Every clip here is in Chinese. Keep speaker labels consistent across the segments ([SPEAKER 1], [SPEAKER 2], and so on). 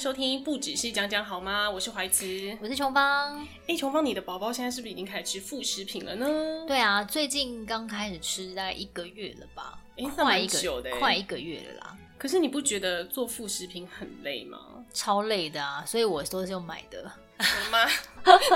[SPEAKER 1] 收听，不只是讲讲好吗？我是怀慈。
[SPEAKER 2] 我是琼芳。
[SPEAKER 1] 哎，琼芳，你的宝宝现在是不是已经开始吃副食品了呢？
[SPEAKER 2] 对啊，最近刚开始吃，大概一个月了吧，
[SPEAKER 1] 诶那
[SPEAKER 2] 快
[SPEAKER 1] 蛮
[SPEAKER 2] 一
[SPEAKER 1] 久的
[SPEAKER 2] 个
[SPEAKER 1] 诶
[SPEAKER 2] 快一个月了啦，
[SPEAKER 1] 可是你不觉得做副食品很累 吗？
[SPEAKER 2] 超累的啊，所以我都是用买的。
[SPEAKER 1] 我妈，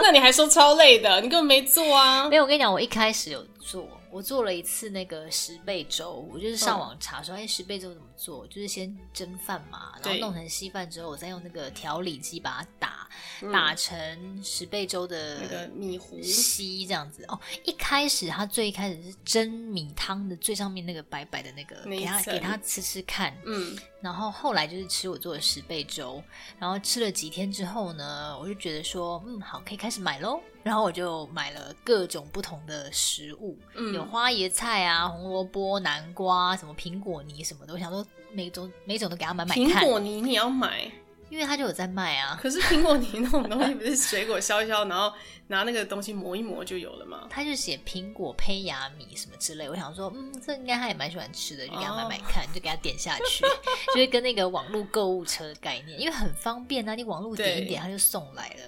[SPEAKER 1] 那你还说超累的，你根本没做啊
[SPEAKER 2] 没。有，我跟你讲，我一开始有做，我做了一次那个十倍粥，我就是上
[SPEAKER 1] 嗯
[SPEAKER 2] 网查说，哎、十倍粥怎么做？就是先蒸饭嘛，然后
[SPEAKER 1] 对
[SPEAKER 2] 弄成稀饭之后，我再用那个调理机把它打、
[SPEAKER 1] 嗯
[SPEAKER 2] 打成十倍粥
[SPEAKER 1] 那个
[SPEAKER 2] 的
[SPEAKER 1] 米糊，
[SPEAKER 2] 稀这样子。哦，一开始它最一开始是蒸米汤的最上面那个白白的那个，
[SPEAKER 1] 那一
[SPEAKER 2] 给它
[SPEAKER 1] 层
[SPEAKER 2] 给它吃吃看。
[SPEAKER 1] 嗯，
[SPEAKER 2] 然后后来就是吃我做的十倍粥，然后吃了几天之后呢，我就觉得说，嗯，好，可以开始买喽。然后我就买了各种不同的食物，
[SPEAKER 1] 嗯
[SPEAKER 2] 有花椰菜啊、红萝卜、南瓜、什么苹果泥什么的。我想说每种每种都给他买买
[SPEAKER 1] 苹
[SPEAKER 2] 看，
[SPEAKER 1] 果泥你要买，
[SPEAKER 2] 因为他就有在卖 啊。
[SPEAKER 1] 可是苹果泥那种东西不是水果削一削，然后拿那个东西磨一磨就有了吗？
[SPEAKER 2] 他就写苹果胚芽米什么之类，我想说，嗯，这应该他也蛮喜欢吃的，就给他买买
[SPEAKER 1] 哦
[SPEAKER 2] 看，就给他点下去， 就是跟那个网络购物车的概念，因为很方便啊，你网络点一
[SPEAKER 1] 对
[SPEAKER 2] 点，他就送来了。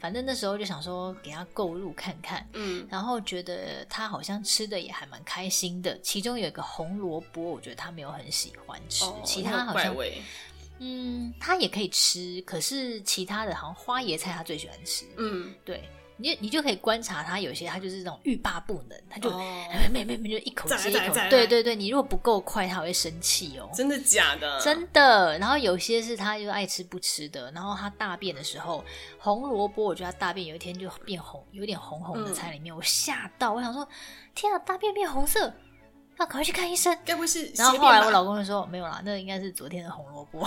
[SPEAKER 2] 反正那时候就想说给他购入看看，
[SPEAKER 1] 嗯，
[SPEAKER 2] 然后觉得他好像吃的也还蛮开心的。其中有一个红萝卜，我觉得他没有很喜欢吃，
[SPEAKER 1] 哦，
[SPEAKER 2] 其
[SPEAKER 1] 那
[SPEAKER 2] 他
[SPEAKER 1] 种
[SPEAKER 2] 好
[SPEAKER 1] 怪
[SPEAKER 2] 像
[SPEAKER 1] 味，
[SPEAKER 2] 嗯，他也可以吃，可是其他的好像花椰菜他最喜欢吃，
[SPEAKER 1] 嗯，
[SPEAKER 2] 对，你就你就可以观察他，有些他就是那种欲罢不能，他就、
[SPEAKER 1] 哦
[SPEAKER 2] 哎 没没没就一口
[SPEAKER 1] 再来
[SPEAKER 2] 接一
[SPEAKER 1] 再来
[SPEAKER 2] 口
[SPEAKER 1] 再来，
[SPEAKER 2] 对对对，你如果不够快，他会生气哦。
[SPEAKER 1] 真的假的？
[SPEAKER 2] 真的，然后有些是他就爱吃不吃的，然后他大便的时候，红萝卜，我觉得他大便有一天就变红，有点红红的
[SPEAKER 1] 嗯
[SPEAKER 2] 在里面，我吓到，我想说，天啊，大便变红色，那赶快去看 医生。
[SPEAKER 1] 该不会是斜
[SPEAKER 2] 然后
[SPEAKER 1] 边吧？
[SPEAKER 2] 后来我老公就说没有啦，那应该是昨天的红萝卜。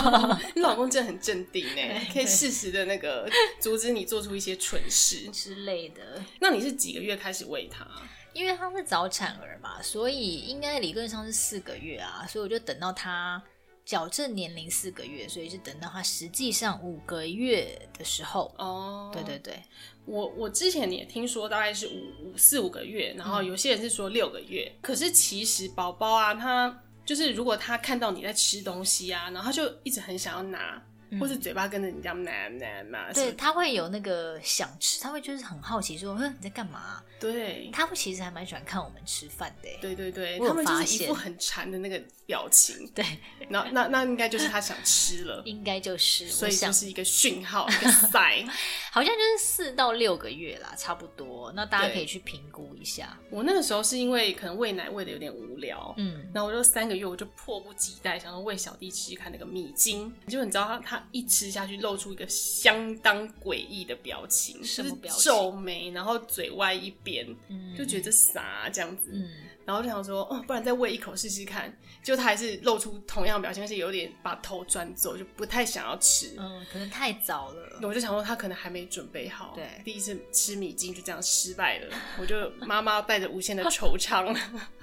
[SPEAKER 1] 你老公真的很镇定呢，可以
[SPEAKER 2] 对
[SPEAKER 1] 适时的那个阻止你做出一些蠢事。
[SPEAKER 2] 之类的，
[SPEAKER 1] 那你是几个月开始喂他？啊
[SPEAKER 2] 因为他是早产儿嘛，所以应该理论上是四个月啊，所以我就等到他矫正年龄四个月，所以是等到他实际上五个月的时候。
[SPEAKER 1] 哦，
[SPEAKER 2] 对对，对，
[SPEAKER 1] 我我之前也听说大概是五五四五个月，然后
[SPEAKER 2] 嗯
[SPEAKER 1] 有些人是说六个月，可是其实宝宝啊，他就是如果他看到你在吃东西啊，然后他就一直很想要拿，
[SPEAKER 2] 嗯
[SPEAKER 1] 或是嘴巴跟着你这样拿拿拿，
[SPEAKER 2] 对
[SPEAKER 1] 什么
[SPEAKER 2] 他会有那个想吃，他会就是很好奇说，哼，你在干嘛啊、
[SPEAKER 1] 对
[SPEAKER 2] 他会其实还蛮喜欢看我们吃饭的欸。
[SPEAKER 1] 对对对，
[SPEAKER 2] 我有
[SPEAKER 1] 他们就
[SPEAKER 2] 发
[SPEAKER 1] 是一
[SPEAKER 2] 现
[SPEAKER 1] 副很馋的那个表情，
[SPEAKER 2] 对，
[SPEAKER 1] 然后那那应该就是他想吃 了。
[SPEAKER 2] 应该就是
[SPEAKER 1] 所
[SPEAKER 2] 我
[SPEAKER 1] 以
[SPEAKER 2] 想
[SPEAKER 1] 就，是一个讯 号，一个 sign。
[SPEAKER 2] 好像就是四到六个月啦，差不多。那大家
[SPEAKER 1] 对
[SPEAKER 2] 可以去评估一下。
[SPEAKER 1] 我那个时候是因为可能喂奶喂的有点无聊，
[SPEAKER 2] 嗯，
[SPEAKER 1] 然后我就三个月，我就迫不及待想要喂小弟吃吃看那个米精，就你知道他他一吃下去，露出一个相当诡异的表情，
[SPEAKER 2] 什么表情
[SPEAKER 1] 就是皱眉，然后嘴歪一边，
[SPEAKER 2] 嗯
[SPEAKER 1] 就觉得啥这样子，
[SPEAKER 2] 嗯，
[SPEAKER 1] 然后就想说，哦，不然再喂一口试试看，结果他还是露出同样的表情，而且有点把头转走，就不太想要吃。
[SPEAKER 2] 嗯，可能太早了。
[SPEAKER 1] 我就想说他可能还没准备好，
[SPEAKER 2] 对
[SPEAKER 1] 第一次吃米精就这样失败了，我就妈妈带着无限的惆怅，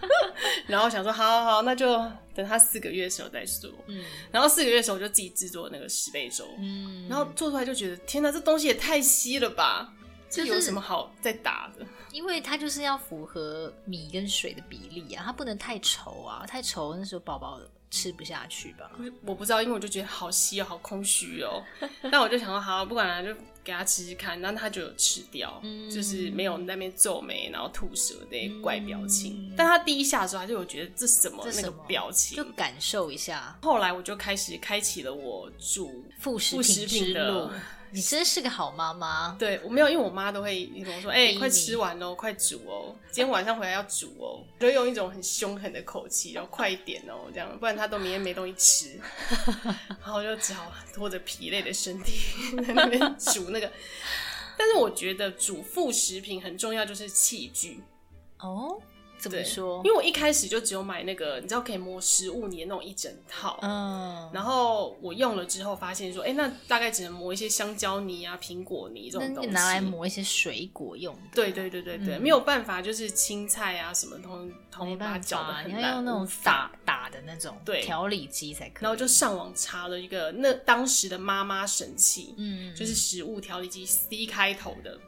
[SPEAKER 1] 然后想说好好好，那就等他四个月的时候再做。
[SPEAKER 2] 嗯
[SPEAKER 1] 然后四个月的时候我就自己制作那个十倍粥，
[SPEAKER 2] 嗯，
[SPEAKER 1] 然后做出来就觉得天哪，这东西也太稀了吧，
[SPEAKER 2] 就是
[SPEAKER 1] 这有什么好再打的？
[SPEAKER 2] 因为它就是要符合米跟水的比例啊，它不能太稠啊，太稠那时候宝宝吃不下去吧。
[SPEAKER 1] 我不知道，因为我就觉得好稀哦，好空虚哦。但我就想说，好，不管了，就给他吃吃看。然后他就有吃掉，
[SPEAKER 2] 嗯
[SPEAKER 1] 就是没有那边皱眉，然后吐舌的那些怪表情。
[SPEAKER 2] 嗯
[SPEAKER 1] 但他第一下的时候，他就有觉得这什么
[SPEAKER 2] 这
[SPEAKER 1] 那
[SPEAKER 2] 什
[SPEAKER 1] 个
[SPEAKER 2] 么
[SPEAKER 1] 表
[SPEAKER 2] 就
[SPEAKER 1] 情。
[SPEAKER 2] 感受一下
[SPEAKER 1] 后来我就开始开启了我煮
[SPEAKER 2] 副食
[SPEAKER 1] 副食品
[SPEAKER 2] 品之 路
[SPEAKER 1] 的。
[SPEAKER 2] 你真是个好妈妈，
[SPEAKER 1] 对我没有，因为我妈都会跟我说：“哎、
[SPEAKER 2] 逼
[SPEAKER 1] 快
[SPEAKER 2] 你
[SPEAKER 1] 吃完喽，快煮哦，今天晚上回来要煮哦。”就用一种很凶狠的口气，然后快一点哦，这样，不然她都明天没东西 吃。然后我就只好拖着疲累的身体 在那边煮那个。但是我觉得煮副食品很重要，就是器具。
[SPEAKER 2] 哦。怎么
[SPEAKER 1] 对，
[SPEAKER 2] 说
[SPEAKER 1] 因？为我一开始就只有买那个，你知道可以磨食物泥的那种一整套。
[SPEAKER 2] 嗯，
[SPEAKER 1] 然后我用了之后发现说，哎、那大概只能磨一些香蕉泥啊、苹果泥这
[SPEAKER 2] 那
[SPEAKER 1] 种
[SPEAKER 2] 你
[SPEAKER 1] 东
[SPEAKER 2] 就
[SPEAKER 1] 西，
[SPEAKER 2] 拿来磨一些水果用的。
[SPEAKER 1] 对对对对对，
[SPEAKER 2] 嗯
[SPEAKER 1] 没有办法，就是青菜啊什么通
[SPEAKER 2] 没
[SPEAKER 1] 通把它
[SPEAKER 2] 办
[SPEAKER 1] 搅得
[SPEAKER 2] 法，
[SPEAKER 1] 很
[SPEAKER 2] 你
[SPEAKER 1] 烂，
[SPEAKER 2] 要用那种打打的那种
[SPEAKER 1] 对
[SPEAKER 2] 调理机才可以。
[SPEAKER 1] 然后就上网查了一个那当时的妈妈神器，
[SPEAKER 2] 嗯，
[SPEAKER 1] 就是食物调理机 C 开头的，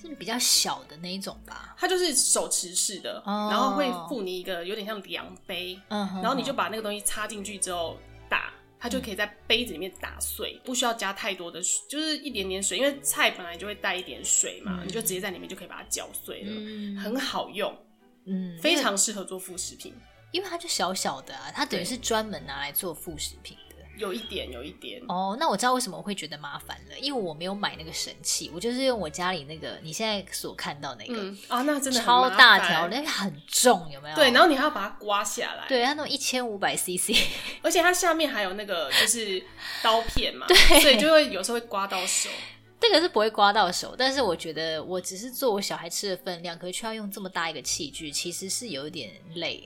[SPEAKER 2] 是比较小的那一种吧。
[SPEAKER 1] 它就是手持式的，
[SPEAKER 2] 哦
[SPEAKER 1] 然后会附你一个有点像量杯，
[SPEAKER 2] 嗯，
[SPEAKER 1] 然后你就把那个东西插进去之后打，它就可以在杯子里面打碎，不需要加太多的水，就是一点点水，因为菜本来就会带一点水嘛，
[SPEAKER 2] 嗯
[SPEAKER 1] 你就直接在里面就可以把它搅碎了，
[SPEAKER 2] 嗯
[SPEAKER 1] 很好用，
[SPEAKER 2] 嗯，
[SPEAKER 1] 非常适合做副食品。
[SPEAKER 2] 因为，因为它就小小的啊，它等于是专门拿来做副食品的。
[SPEAKER 1] 有一点，有一点，
[SPEAKER 2] 哦，那我知道为什么我会觉得麻烦了，因为我没有买那个神器，我就是用我家里那个你现在所看到那个、
[SPEAKER 1] 嗯啊，那真的很
[SPEAKER 2] 超
[SPEAKER 1] 麻
[SPEAKER 2] 大
[SPEAKER 1] 烦
[SPEAKER 2] 条，那个很重，有没有？
[SPEAKER 1] 对，然后你还要把它刮下来，
[SPEAKER 2] 对它那种一千五百 CC，
[SPEAKER 1] 而且它下面还有那个就是刀片 嘛，对，所以就会有时候会刮到手。
[SPEAKER 2] 这个是不会刮到手，但是我觉得我只是做我小孩吃的分量，可是却要用这么大一个器具，其实是有一点累。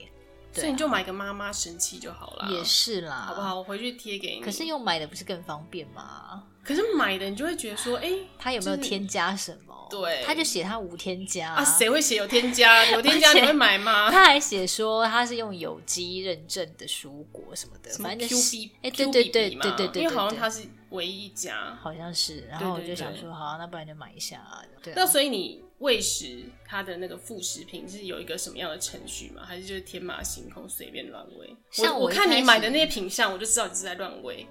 [SPEAKER 2] 对啊
[SPEAKER 1] 所以你就买个妈妈神器就好啦，
[SPEAKER 2] 也是啦，
[SPEAKER 1] 好不？好？我回去贴给你。
[SPEAKER 2] 可是用买的不是更方便吗？
[SPEAKER 1] 可是买的你就会觉得说，哎、
[SPEAKER 2] 它有没有
[SPEAKER 1] 就是
[SPEAKER 2] 添加什么？
[SPEAKER 1] 对
[SPEAKER 2] 他就写它无添加
[SPEAKER 1] 啊，谁会写有添 加？有添加
[SPEAKER 2] 而且
[SPEAKER 1] 你会买吗？
[SPEAKER 2] 他还写说他是用有机认证的蔬果什么的，
[SPEAKER 1] 什么
[SPEAKER 2] 反
[SPEAKER 1] Q
[SPEAKER 2] 正就是
[SPEAKER 1] B
[SPEAKER 2] 哎对对对对对对
[SPEAKER 1] 因为好像
[SPEAKER 2] 对
[SPEAKER 1] 它是唯一一家。
[SPEAKER 2] 好像是，然后我
[SPEAKER 1] 对对
[SPEAKER 2] 就想
[SPEAKER 1] 对
[SPEAKER 2] 说，好，那不然就买一下啊。对啊，
[SPEAKER 1] 那所以你喂食它的那个副食品是有一个什么样的程序吗？还是就是天马行空随便乱喂？
[SPEAKER 2] 像
[SPEAKER 1] 我
[SPEAKER 2] 我一
[SPEAKER 1] 看
[SPEAKER 2] 开
[SPEAKER 1] 你
[SPEAKER 2] 始
[SPEAKER 1] 买的那些品相，我就知道你是在乱 喂。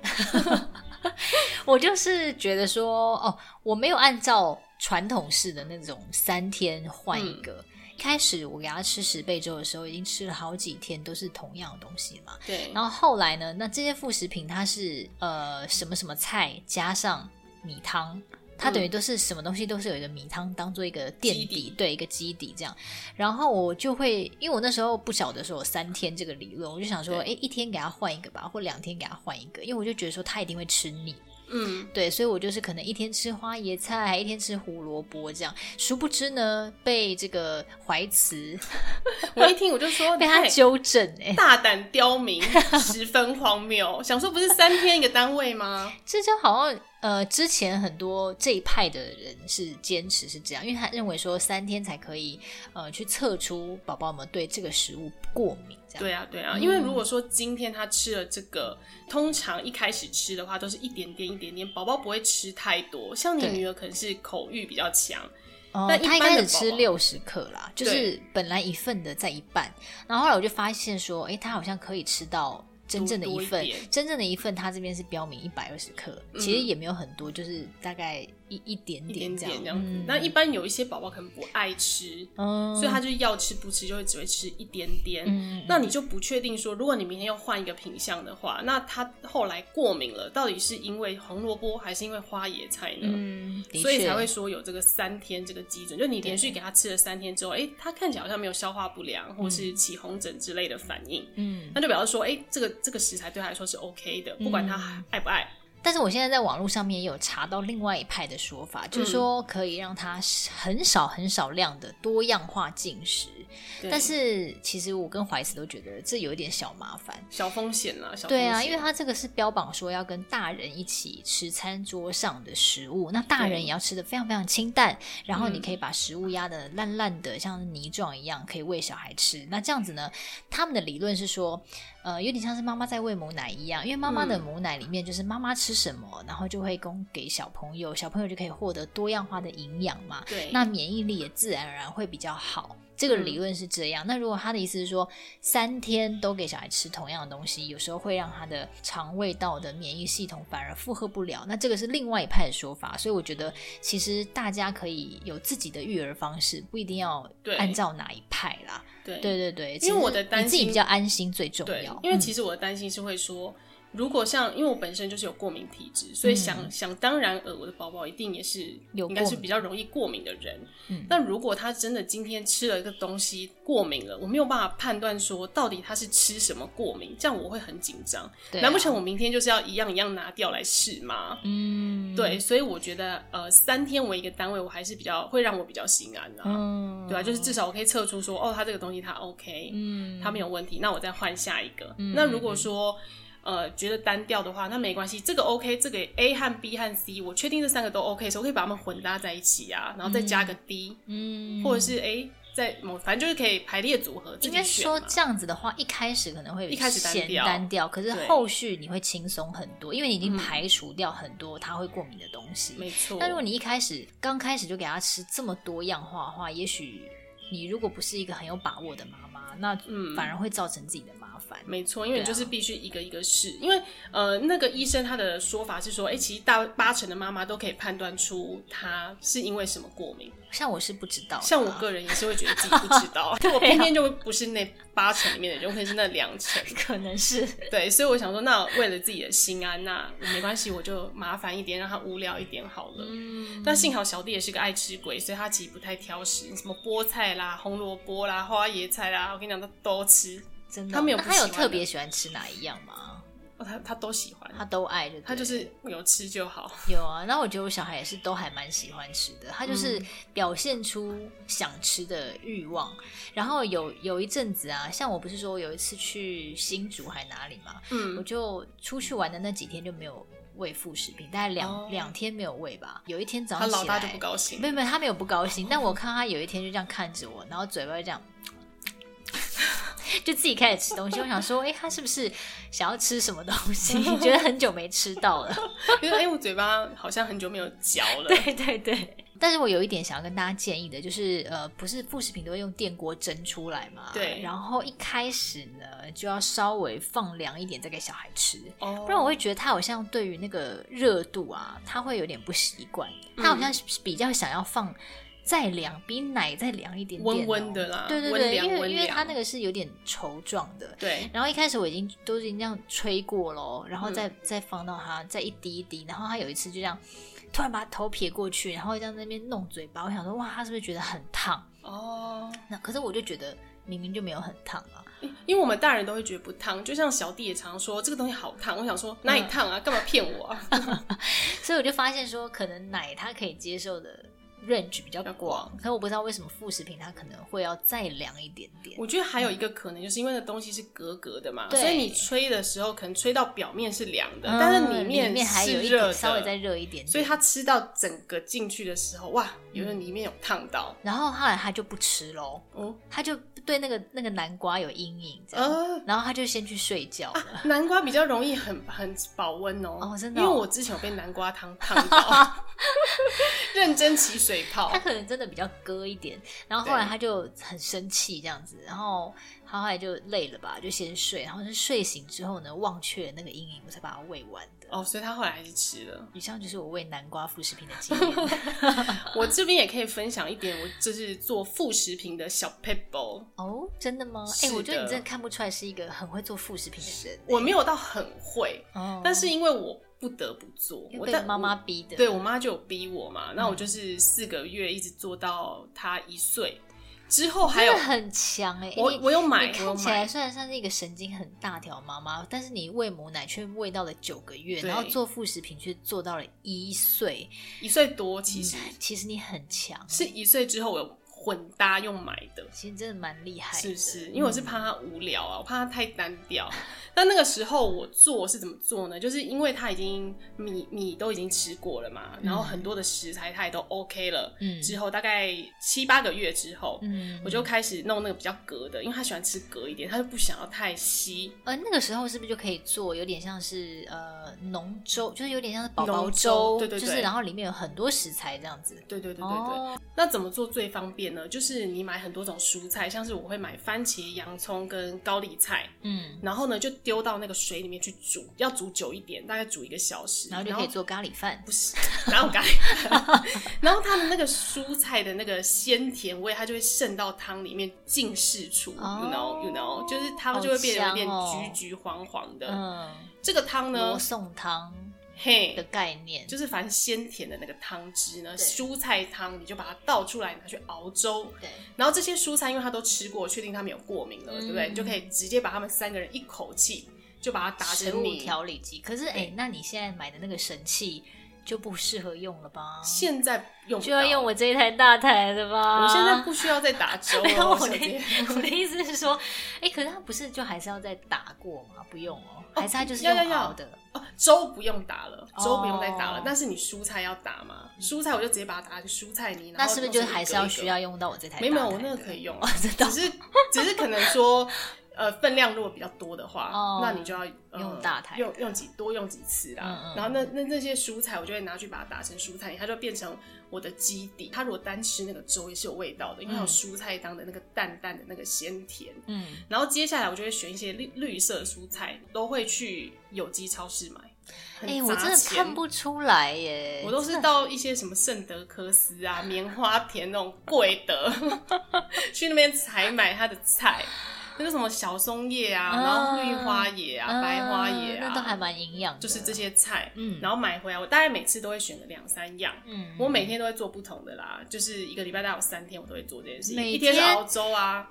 [SPEAKER 2] 我就是觉得说，哦，我没有按照传统式的那种三天换一
[SPEAKER 1] 嗯
[SPEAKER 2] 个。一开始我给他吃十倍粥的时候，已经吃了好几天都是同样的东西嘛。
[SPEAKER 1] 对，
[SPEAKER 2] 然后后来呢，那这些副食品它是呃什么什么菜加上米汤，它等于都是什么东西都是有一个米汤当做一个垫
[SPEAKER 1] 嗯基
[SPEAKER 2] 底，
[SPEAKER 1] 底
[SPEAKER 2] 对，一个基底这样。然后我就会，因为我那时候不晓得说有三天这个理论，我就想说，
[SPEAKER 1] 对
[SPEAKER 2] 哎，一天给他换一个吧，或两天给他换一个，因为我就觉得说他一定会吃腻。
[SPEAKER 1] 嗯，
[SPEAKER 2] 对，所以我就是可能一天吃花椰菜，一天吃胡萝卜这样。殊不知呢，被这个怀 慈
[SPEAKER 1] 我一听我就说
[SPEAKER 2] 被他
[SPEAKER 1] 太
[SPEAKER 2] 纠正、哎，
[SPEAKER 1] 大胆刁民，十分荒谬。想说不是三天一个单位吗？
[SPEAKER 2] 这就好像呃，之前很多这一派的人是坚持是这样，因为他认为说三天才可以呃去测出宝宝们对这个食物过敏这样。
[SPEAKER 1] 对啊，对啊，因为如果说今天他吃了这个，通常一开始吃的话都是一点点一点点，宝宝不会吃太多。像你
[SPEAKER 2] 对
[SPEAKER 1] 女儿可能是口欲比较强，
[SPEAKER 2] 哦
[SPEAKER 1] 那，一
[SPEAKER 2] 他一
[SPEAKER 1] 般
[SPEAKER 2] 开
[SPEAKER 1] 的
[SPEAKER 2] 始吃
[SPEAKER 1] 宝宝
[SPEAKER 2] 六十克啦，就是本来一份的在一半，然后后来我就发现说，哎，他好像可以吃到。真正的
[SPEAKER 1] 多多一
[SPEAKER 2] 份，
[SPEAKER 1] 点
[SPEAKER 2] 真正的一份，它这边是标明一百二十克，其实也没有很多，就是大概一一点
[SPEAKER 1] 一点
[SPEAKER 2] 这样。
[SPEAKER 1] 点这样子。
[SPEAKER 2] 嗯
[SPEAKER 1] 那一般有一些宝宝可能不爱吃，
[SPEAKER 2] 嗯，
[SPEAKER 1] 所以他就是要吃不吃，就会只会吃一点点。
[SPEAKER 2] 嗯
[SPEAKER 1] 那你就不确定说，如果你明天要换一个品相的话，那他后来过敏了，到底是因为红萝卜还是因为花椰菜呢？
[SPEAKER 2] 嗯，的
[SPEAKER 1] 所以
[SPEAKER 2] 确
[SPEAKER 1] 才会说有这个三天这个基准，就你连续给他吃了三天之后，哎、他看起来好像没有消化不良或是起红疹之类的反应，
[SPEAKER 2] 嗯，
[SPEAKER 1] 那就表示说，哎、这个这个食材对他来说是 OK 的，不管他爱不爱。
[SPEAKER 2] 但是我现在在网络上面也有查到另外一派的说法，就是说可以让它很少很少量的多样化进食。
[SPEAKER 1] 对
[SPEAKER 2] 但是其实我跟怀慈都觉得这有一点小麻烦。
[SPEAKER 1] 小风险啦，小风
[SPEAKER 2] 对
[SPEAKER 1] 险
[SPEAKER 2] 啊，因为它这个是标榜说要跟大人一起吃餐桌上的食物，那大人
[SPEAKER 1] 对嗯
[SPEAKER 2] 也要吃的非常非常清淡，然后你可以把食物压的烂烂的，像是泥状一样，可以喂小孩吃。那这样子呢，他们的理论是说，呃，有点像是妈妈在喂母奶一样，因为妈妈的
[SPEAKER 1] 嗯
[SPEAKER 2] 母奶里面就是妈妈吃什么，然后就会供给小朋友，小朋友就可以获得多样化的营养嘛。
[SPEAKER 1] 对
[SPEAKER 2] 那免疫力也自然而然会比较好。
[SPEAKER 1] 嗯
[SPEAKER 2] 这个理论是这样。那如果他的意思是说，三天都给小孩吃同样的东西，有时候会让他的肠胃道的免疫系统反而负荷不了。那这个是另外一派的说法。所以我觉得，其实大家可以有自己的育儿方式，不一定要
[SPEAKER 1] 对
[SPEAKER 2] 按照哪一派啦。
[SPEAKER 1] 对
[SPEAKER 2] 对对对，
[SPEAKER 1] 因为我的
[SPEAKER 2] 其实
[SPEAKER 1] 担
[SPEAKER 2] 你自己
[SPEAKER 1] 心
[SPEAKER 2] 比较安心最重
[SPEAKER 1] 对
[SPEAKER 2] 要。，
[SPEAKER 1] 因为
[SPEAKER 2] 嗯
[SPEAKER 1] 其实我的担心是会说，如果像因为我本身就是有过敏体质，所以想、想当然尔，我的宝宝一定也是
[SPEAKER 2] 有
[SPEAKER 1] 应该
[SPEAKER 2] 过
[SPEAKER 1] 是
[SPEAKER 2] 敏
[SPEAKER 1] 比较容易过敏的人。
[SPEAKER 2] 嗯
[SPEAKER 1] 那如果他真的今天吃了一个东西过敏了，我没有办法判断说到底他是吃什么过敏，这样我会很紧张。
[SPEAKER 2] 对啊
[SPEAKER 1] 难不成我明天就是要一样一样拿掉来试吗？
[SPEAKER 2] 嗯
[SPEAKER 1] 对，所以我觉得呃，三天为一个单位，我还是比较会让我比较心安啊。
[SPEAKER 2] 嗯
[SPEAKER 1] 对啊，就是至少我可以测出说，哦，他这个东西他 OK，
[SPEAKER 2] 嗯
[SPEAKER 1] 他没有问题，那我再换下一个。那如果说呃觉得单调的话，那没关系，这个 OK，这个 A 和 B 和 C，我确定这三个都 OK 的时候，我可以把它们混搭在一起啊，然后再加个 D，、
[SPEAKER 2] 嗯
[SPEAKER 1] 或者是哎在某反正就是可以排列组合自
[SPEAKER 2] 应
[SPEAKER 1] 己
[SPEAKER 2] 该
[SPEAKER 1] 选
[SPEAKER 2] 说
[SPEAKER 1] 嘛
[SPEAKER 2] 这样子的话，一开始可能会
[SPEAKER 1] 一开始单
[SPEAKER 2] 显
[SPEAKER 1] 调
[SPEAKER 2] 单调，可是
[SPEAKER 1] 对嗯
[SPEAKER 2] 后续你会轻松很多，因为你已经排除掉很多它会过敏的东西。
[SPEAKER 1] 没错。
[SPEAKER 2] 但如果你一开始刚开始就给他吃这么多样化的话，也许你如果不是一个很有把握的妈妈，那
[SPEAKER 1] 嗯
[SPEAKER 2] 反而会造成自己的麻烦。
[SPEAKER 1] 没错，因为
[SPEAKER 2] 对
[SPEAKER 1] 你
[SPEAKER 2] 啊
[SPEAKER 1] 就是必须一个一个试，因为呃，那个医生他的说法是说，哎、其实大八成的妈妈都可以判断出她是因为什么过敏。
[SPEAKER 2] 像我是不知道的啊，
[SPEAKER 1] 像我个人也是会觉得自己不知 道，我偏
[SPEAKER 2] 啊
[SPEAKER 1] 偏就会不是那八成里面的人，我可能是那两成。
[SPEAKER 2] 可能是
[SPEAKER 1] 对，所以我想说，那为了自己的心安，那没关系，我就麻烦一点，让他无聊一点好了。
[SPEAKER 2] 嗯，
[SPEAKER 1] 但幸好小弟也是个爱吃鬼，所以他其实不太挑食，什么菠菜啦、红萝卜啦、花椰菜啦，我跟你讲，他都吃，
[SPEAKER 2] 真的哦，
[SPEAKER 1] 他没有
[SPEAKER 2] 那
[SPEAKER 1] 不
[SPEAKER 2] 他有
[SPEAKER 1] 喜欢
[SPEAKER 2] 特
[SPEAKER 1] 的
[SPEAKER 2] 别喜欢吃哪一样吗？
[SPEAKER 1] 哦、他他都喜欢，
[SPEAKER 2] 他都爱就对了，
[SPEAKER 1] 他就是有吃就好。
[SPEAKER 2] 有啊。那我觉得我小孩也是都还蛮喜欢吃的，他
[SPEAKER 1] 嗯
[SPEAKER 2] 就是表现出想吃的欲望。然后有有一阵子啊，像我不是说我有一次去新竹还哪里嘛，我
[SPEAKER 1] 嗯，
[SPEAKER 2] 就出去玩的那几天就没有喂副食品，大概两、
[SPEAKER 1] 哦
[SPEAKER 2] 两天没有喂吧。有一天早
[SPEAKER 1] 他
[SPEAKER 2] 上
[SPEAKER 1] 老
[SPEAKER 2] 起来，
[SPEAKER 1] 大就不高兴哦
[SPEAKER 2] 没，有没有，他没有不高兴，但我看他有一天就这样看着我，然后嘴巴就这样， 就自己开始吃东西。我想说，哎、他是不是想要吃什么东西？ 觉得很久没吃到了。
[SPEAKER 1] 因为哎，我嘴巴好像很久没有嚼了。
[SPEAKER 2] 对对对。但是我有一点想要跟大家建议的，就是呃，不是副食品都会用电锅蒸出来嘛？
[SPEAKER 1] 对
[SPEAKER 2] 然后一开始呢，就要稍微放凉一点再给小孩吃。
[SPEAKER 1] 哦，
[SPEAKER 2] 不然我会觉得他好像对于那个热度啊，他会有点不习惯，他好像是比较想要放再凉，比奶再凉一点点、哦
[SPEAKER 1] 温温的。啦，
[SPEAKER 2] 对对
[SPEAKER 1] 温
[SPEAKER 2] 对，
[SPEAKER 1] 凉
[SPEAKER 2] 因为
[SPEAKER 1] 温
[SPEAKER 2] 因为他
[SPEAKER 1] 凉
[SPEAKER 2] 那个是有点稠状的。
[SPEAKER 1] 对，
[SPEAKER 2] 然后一开始我已经都已经这样吹过咯，然后再、
[SPEAKER 1] 嗯
[SPEAKER 2] 再放到他再一滴一滴，然后他有一次就这样突然把头撇过去，然后这样在那边弄嘴巴，我想说哇，他是不是觉得很烫？
[SPEAKER 1] 哦，
[SPEAKER 2] 那可是我就觉得明明就没有很烫啊，
[SPEAKER 1] 因为我们大人都会觉得不烫，就像小弟也常说这个东西好烫，我想
[SPEAKER 2] 嗯
[SPEAKER 1] 说哪里烫啊，干嘛骗我啊？
[SPEAKER 2] 所以我就发现说，可能奶它可以接受的 range 比较
[SPEAKER 1] 比较
[SPEAKER 2] 广
[SPEAKER 1] 广，
[SPEAKER 2] 可我不知道为什么副食品它可能会要再凉一点点。
[SPEAKER 1] 我觉得还有一个可能，就是因为那东西是格格的嘛，
[SPEAKER 2] 对
[SPEAKER 1] 所以你吹的时候可能吹到表面是凉的，
[SPEAKER 2] 嗯
[SPEAKER 1] 但是里
[SPEAKER 2] 里面还有
[SPEAKER 1] 是
[SPEAKER 2] 一
[SPEAKER 1] 热
[SPEAKER 2] 点
[SPEAKER 1] 的，
[SPEAKER 2] 稍微再热一点点，
[SPEAKER 1] 所以他吃到整个进去的时候，哇，有人里面有烫到
[SPEAKER 2] 然后后来他就不吃喽，
[SPEAKER 1] 哦，
[SPEAKER 2] 他就对那个那个南瓜有阴影，嗯这样，
[SPEAKER 1] 呃。
[SPEAKER 2] 然后他就先去睡觉 了。
[SPEAKER 1] 南瓜比较容易很很保温哦，
[SPEAKER 2] 哦真的哦
[SPEAKER 1] 因为我之前有被南瓜汤烫到， 认真起水泡
[SPEAKER 2] 他，可能真的比较割一点，然后后来
[SPEAKER 1] 对
[SPEAKER 2] 他就很生气这样子，然后他后来就累了吧，就先睡，然后是睡醒之后呢，忘却了那个阴影，我才把它喂完的。
[SPEAKER 1] 哦，所以他后来还是吃了。
[SPEAKER 2] 以上就是我喂南瓜副食品的经验。
[SPEAKER 1] 我这边也可以分享一点，我就是做副食品的小 p e b b l
[SPEAKER 2] 哦，真的吗？哎、
[SPEAKER 1] 是
[SPEAKER 2] 我觉得
[SPEAKER 1] 的
[SPEAKER 2] 你真的看不出来是一个很会做副食品的人、
[SPEAKER 1] 我没有到很会，
[SPEAKER 2] 哦，
[SPEAKER 1] 但是因为我不得不做，
[SPEAKER 2] 因
[SPEAKER 1] 我
[SPEAKER 2] 为被
[SPEAKER 1] 但
[SPEAKER 2] 妈妈逼的，
[SPEAKER 1] 对我妈就有逼我嘛，那我就是四个月一直做到她一岁之后，还有
[SPEAKER 2] 真的很强哎、
[SPEAKER 1] 我
[SPEAKER 2] 你
[SPEAKER 1] 我有买
[SPEAKER 2] 你，
[SPEAKER 1] 我有
[SPEAKER 2] 看起来
[SPEAKER 1] 买，
[SPEAKER 2] 虽然像是一个神经很大条妈妈，但是你喂母奶却喂到了九个月，
[SPEAKER 1] 对
[SPEAKER 2] 然后做副食品却做到了一岁，
[SPEAKER 1] 一岁多其实
[SPEAKER 2] 其实你很强，欸
[SPEAKER 1] 是一岁之后我有混搭用买的。
[SPEAKER 2] 其实真的蛮厉害的，嗯
[SPEAKER 1] 是不是？因为我是怕他无聊啊，我怕他太单调。 但那个时候我做是怎么做呢？就是因为他已经米米都已经吃过了嘛，然后很多的食材他也都 OK 了。
[SPEAKER 2] 嗯
[SPEAKER 1] 之后大概七八个月之后，
[SPEAKER 2] 嗯，
[SPEAKER 1] 我就开始弄那个比较格的，因为他喜欢吃格一点，他就不想要太稀。
[SPEAKER 2] 呃那个时候是不是就可以做有点像是呃浓粥，就是有点像是宝
[SPEAKER 1] 浓
[SPEAKER 2] 宝
[SPEAKER 1] 粥对对
[SPEAKER 2] 就是
[SPEAKER 1] 对
[SPEAKER 2] 然后里面有很多食材这样子，
[SPEAKER 1] 对对对对对。
[SPEAKER 2] 哦
[SPEAKER 1] 那怎么做最方便呢？就是你买很多种蔬菜，像是我会买番茄、洋葱跟高丽菜，
[SPEAKER 2] 嗯，
[SPEAKER 1] 然后呢就丢到那个水里面去煮，要煮久一点，大概煮一个小时，
[SPEAKER 2] 然后就可以做咖喱饭，
[SPEAKER 1] 不是，然后咖喱， 然后它的那个蔬菜的那个鲜甜味，它就会渗到汤里面尽释出、
[SPEAKER 2] 哦
[SPEAKER 1] y o u know，you know，就是汤就会变得有点
[SPEAKER 2] 好香哦
[SPEAKER 1] 橘橘黄黄的。
[SPEAKER 2] 嗯，
[SPEAKER 1] 这个汤
[SPEAKER 2] 罗
[SPEAKER 1] 呢，
[SPEAKER 2] 宋汤的
[SPEAKER 1] 嘿，
[SPEAKER 2] 概念，
[SPEAKER 1] 就是反正鲜甜的那个汤汁呢，
[SPEAKER 2] 对
[SPEAKER 1] 蔬菜汤你就把它倒出来，拿去熬粥。
[SPEAKER 2] 对，
[SPEAKER 1] 然后这些蔬菜，因为它都吃过，确定它没有过敏了，
[SPEAKER 2] 嗯
[SPEAKER 1] 对不对？你就可以直接把它们三个人一口气就把它打
[SPEAKER 2] 食
[SPEAKER 1] 成
[SPEAKER 2] 物
[SPEAKER 1] 泥。
[SPEAKER 2] 调理机。可是哎、
[SPEAKER 1] 对
[SPEAKER 2] 那你现在买的那个神器就不适合用了吧？
[SPEAKER 1] 现在用不
[SPEAKER 2] 就要
[SPEAKER 1] 到
[SPEAKER 2] 用我这一台大台的吧？
[SPEAKER 1] 我现 在。不需要再打粥
[SPEAKER 2] 没有
[SPEAKER 1] 了，
[SPEAKER 2] 我
[SPEAKER 1] 小
[SPEAKER 2] 的
[SPEAKER 1] 姐。
[SPEAKER 2] 我的意思是说，哎、可是它不是就还是要再打过吗？不用哦，还是它就是
[SPEAKER 1] 要
[SPEAKER 2] 用
[SPEAKER 1] 要要
[SPEAKER 2] 熬的。
[SPEAKER 1] 哦，粥不用打了，
[SPEAKER 2] 哦
[SPEAKER 1] 粥不用再打了，但是你蔬菜要打嘛？蔬菜我就直接把它打成蔬菜泥，然
[SPEAKER 2] 那
[SPEAKER 1] 后
[SPEAKER 2] 是不是就
[SPEAKER 1] 弄成
[SPEAKER 2] 还
[SPEAKER 1] 一
[SPEAKER 2] 是
[SPEAKER 1] 格
[SPEAKER 2] 要
[SPEAKER 1] 一
[SPEAKER 2] 需
[SPEAKER 1] 格
[SPEAKER 2] 要？用到我这台大台
[SPEAKER 1] 没
[SPEAKER 2] 的？
[SPEAKER 1] 有没有，我那个可 以用啊，
[SPEAKER 2] 真的
[SPEAKER 1] 只是只是可能说，呃，分量如果比较多的话，
[SPEAKER 2] 哦
[SPEAKER 1] 那你就要、呃
[SPEAKER 2] 用大台
[SPEAKER 1] 用用几多用几次啦。
[SPEAKER 2] 嗯嗯
[SPEAKER 1] 然后那那那些蔬菜，我就会拿去把它打成蔬菜泥，它就变成我的基底。它如果单吃那个粥也是有味道的，因为它有
[SPEAKER 2] 嗯
[SPEAKER 1] 蔬菜汤的那个淡淡的那个鲜甜。
[SPEAKER 2] 嗯，
[SPEAKER 1] 然后接下来我就会选一些绿绿色蔬菜，都会去有机超市买。很
[SPEAKER 2] 哎、我
[SPEAKER 1] 砸
[SPEAKER 2] 真的
[SPEAKER 1] 钱
[SPEAKER 2] 看不出来耶，
[SPEAKER 1] 我都
[SPEAKER 2] 真
[SPEAKER 1] 是
[SPEAKER 2] 的
[SPEAKER 1] 到一些什么圣德科斯 啊、棉花田那种贵的， 去那边采买它的菜，那个什么小松叶啊，
[SPEAKER 2] 啊
[SPEAKER 1] 然后绿花野啊、白花野
[SPEAKER 2] 嗯那都还
[SPEAKER 1] 啊，
[SPEAKER 2] 蛮营养的，
[SPEAKER 1] 就是这，些菜。
[SPEAKER 2] 嗯，
[SPEAKER 1] 然
[SPEAKER 2] 后
[SPEAKER 1] 后买回来，我大概每次都会选个两三样。
[SPEAKER 2] 嗯，
[SPEAKER 1] 我每天都会做不同的啦，就是一个礼拜大概有三天我都会做这件事情，
[SPEAKER 2] 每
[SPEAKER 1] 一天是
[SPEAKER 2] 天
[SPEAKER 1] 熬粥啊，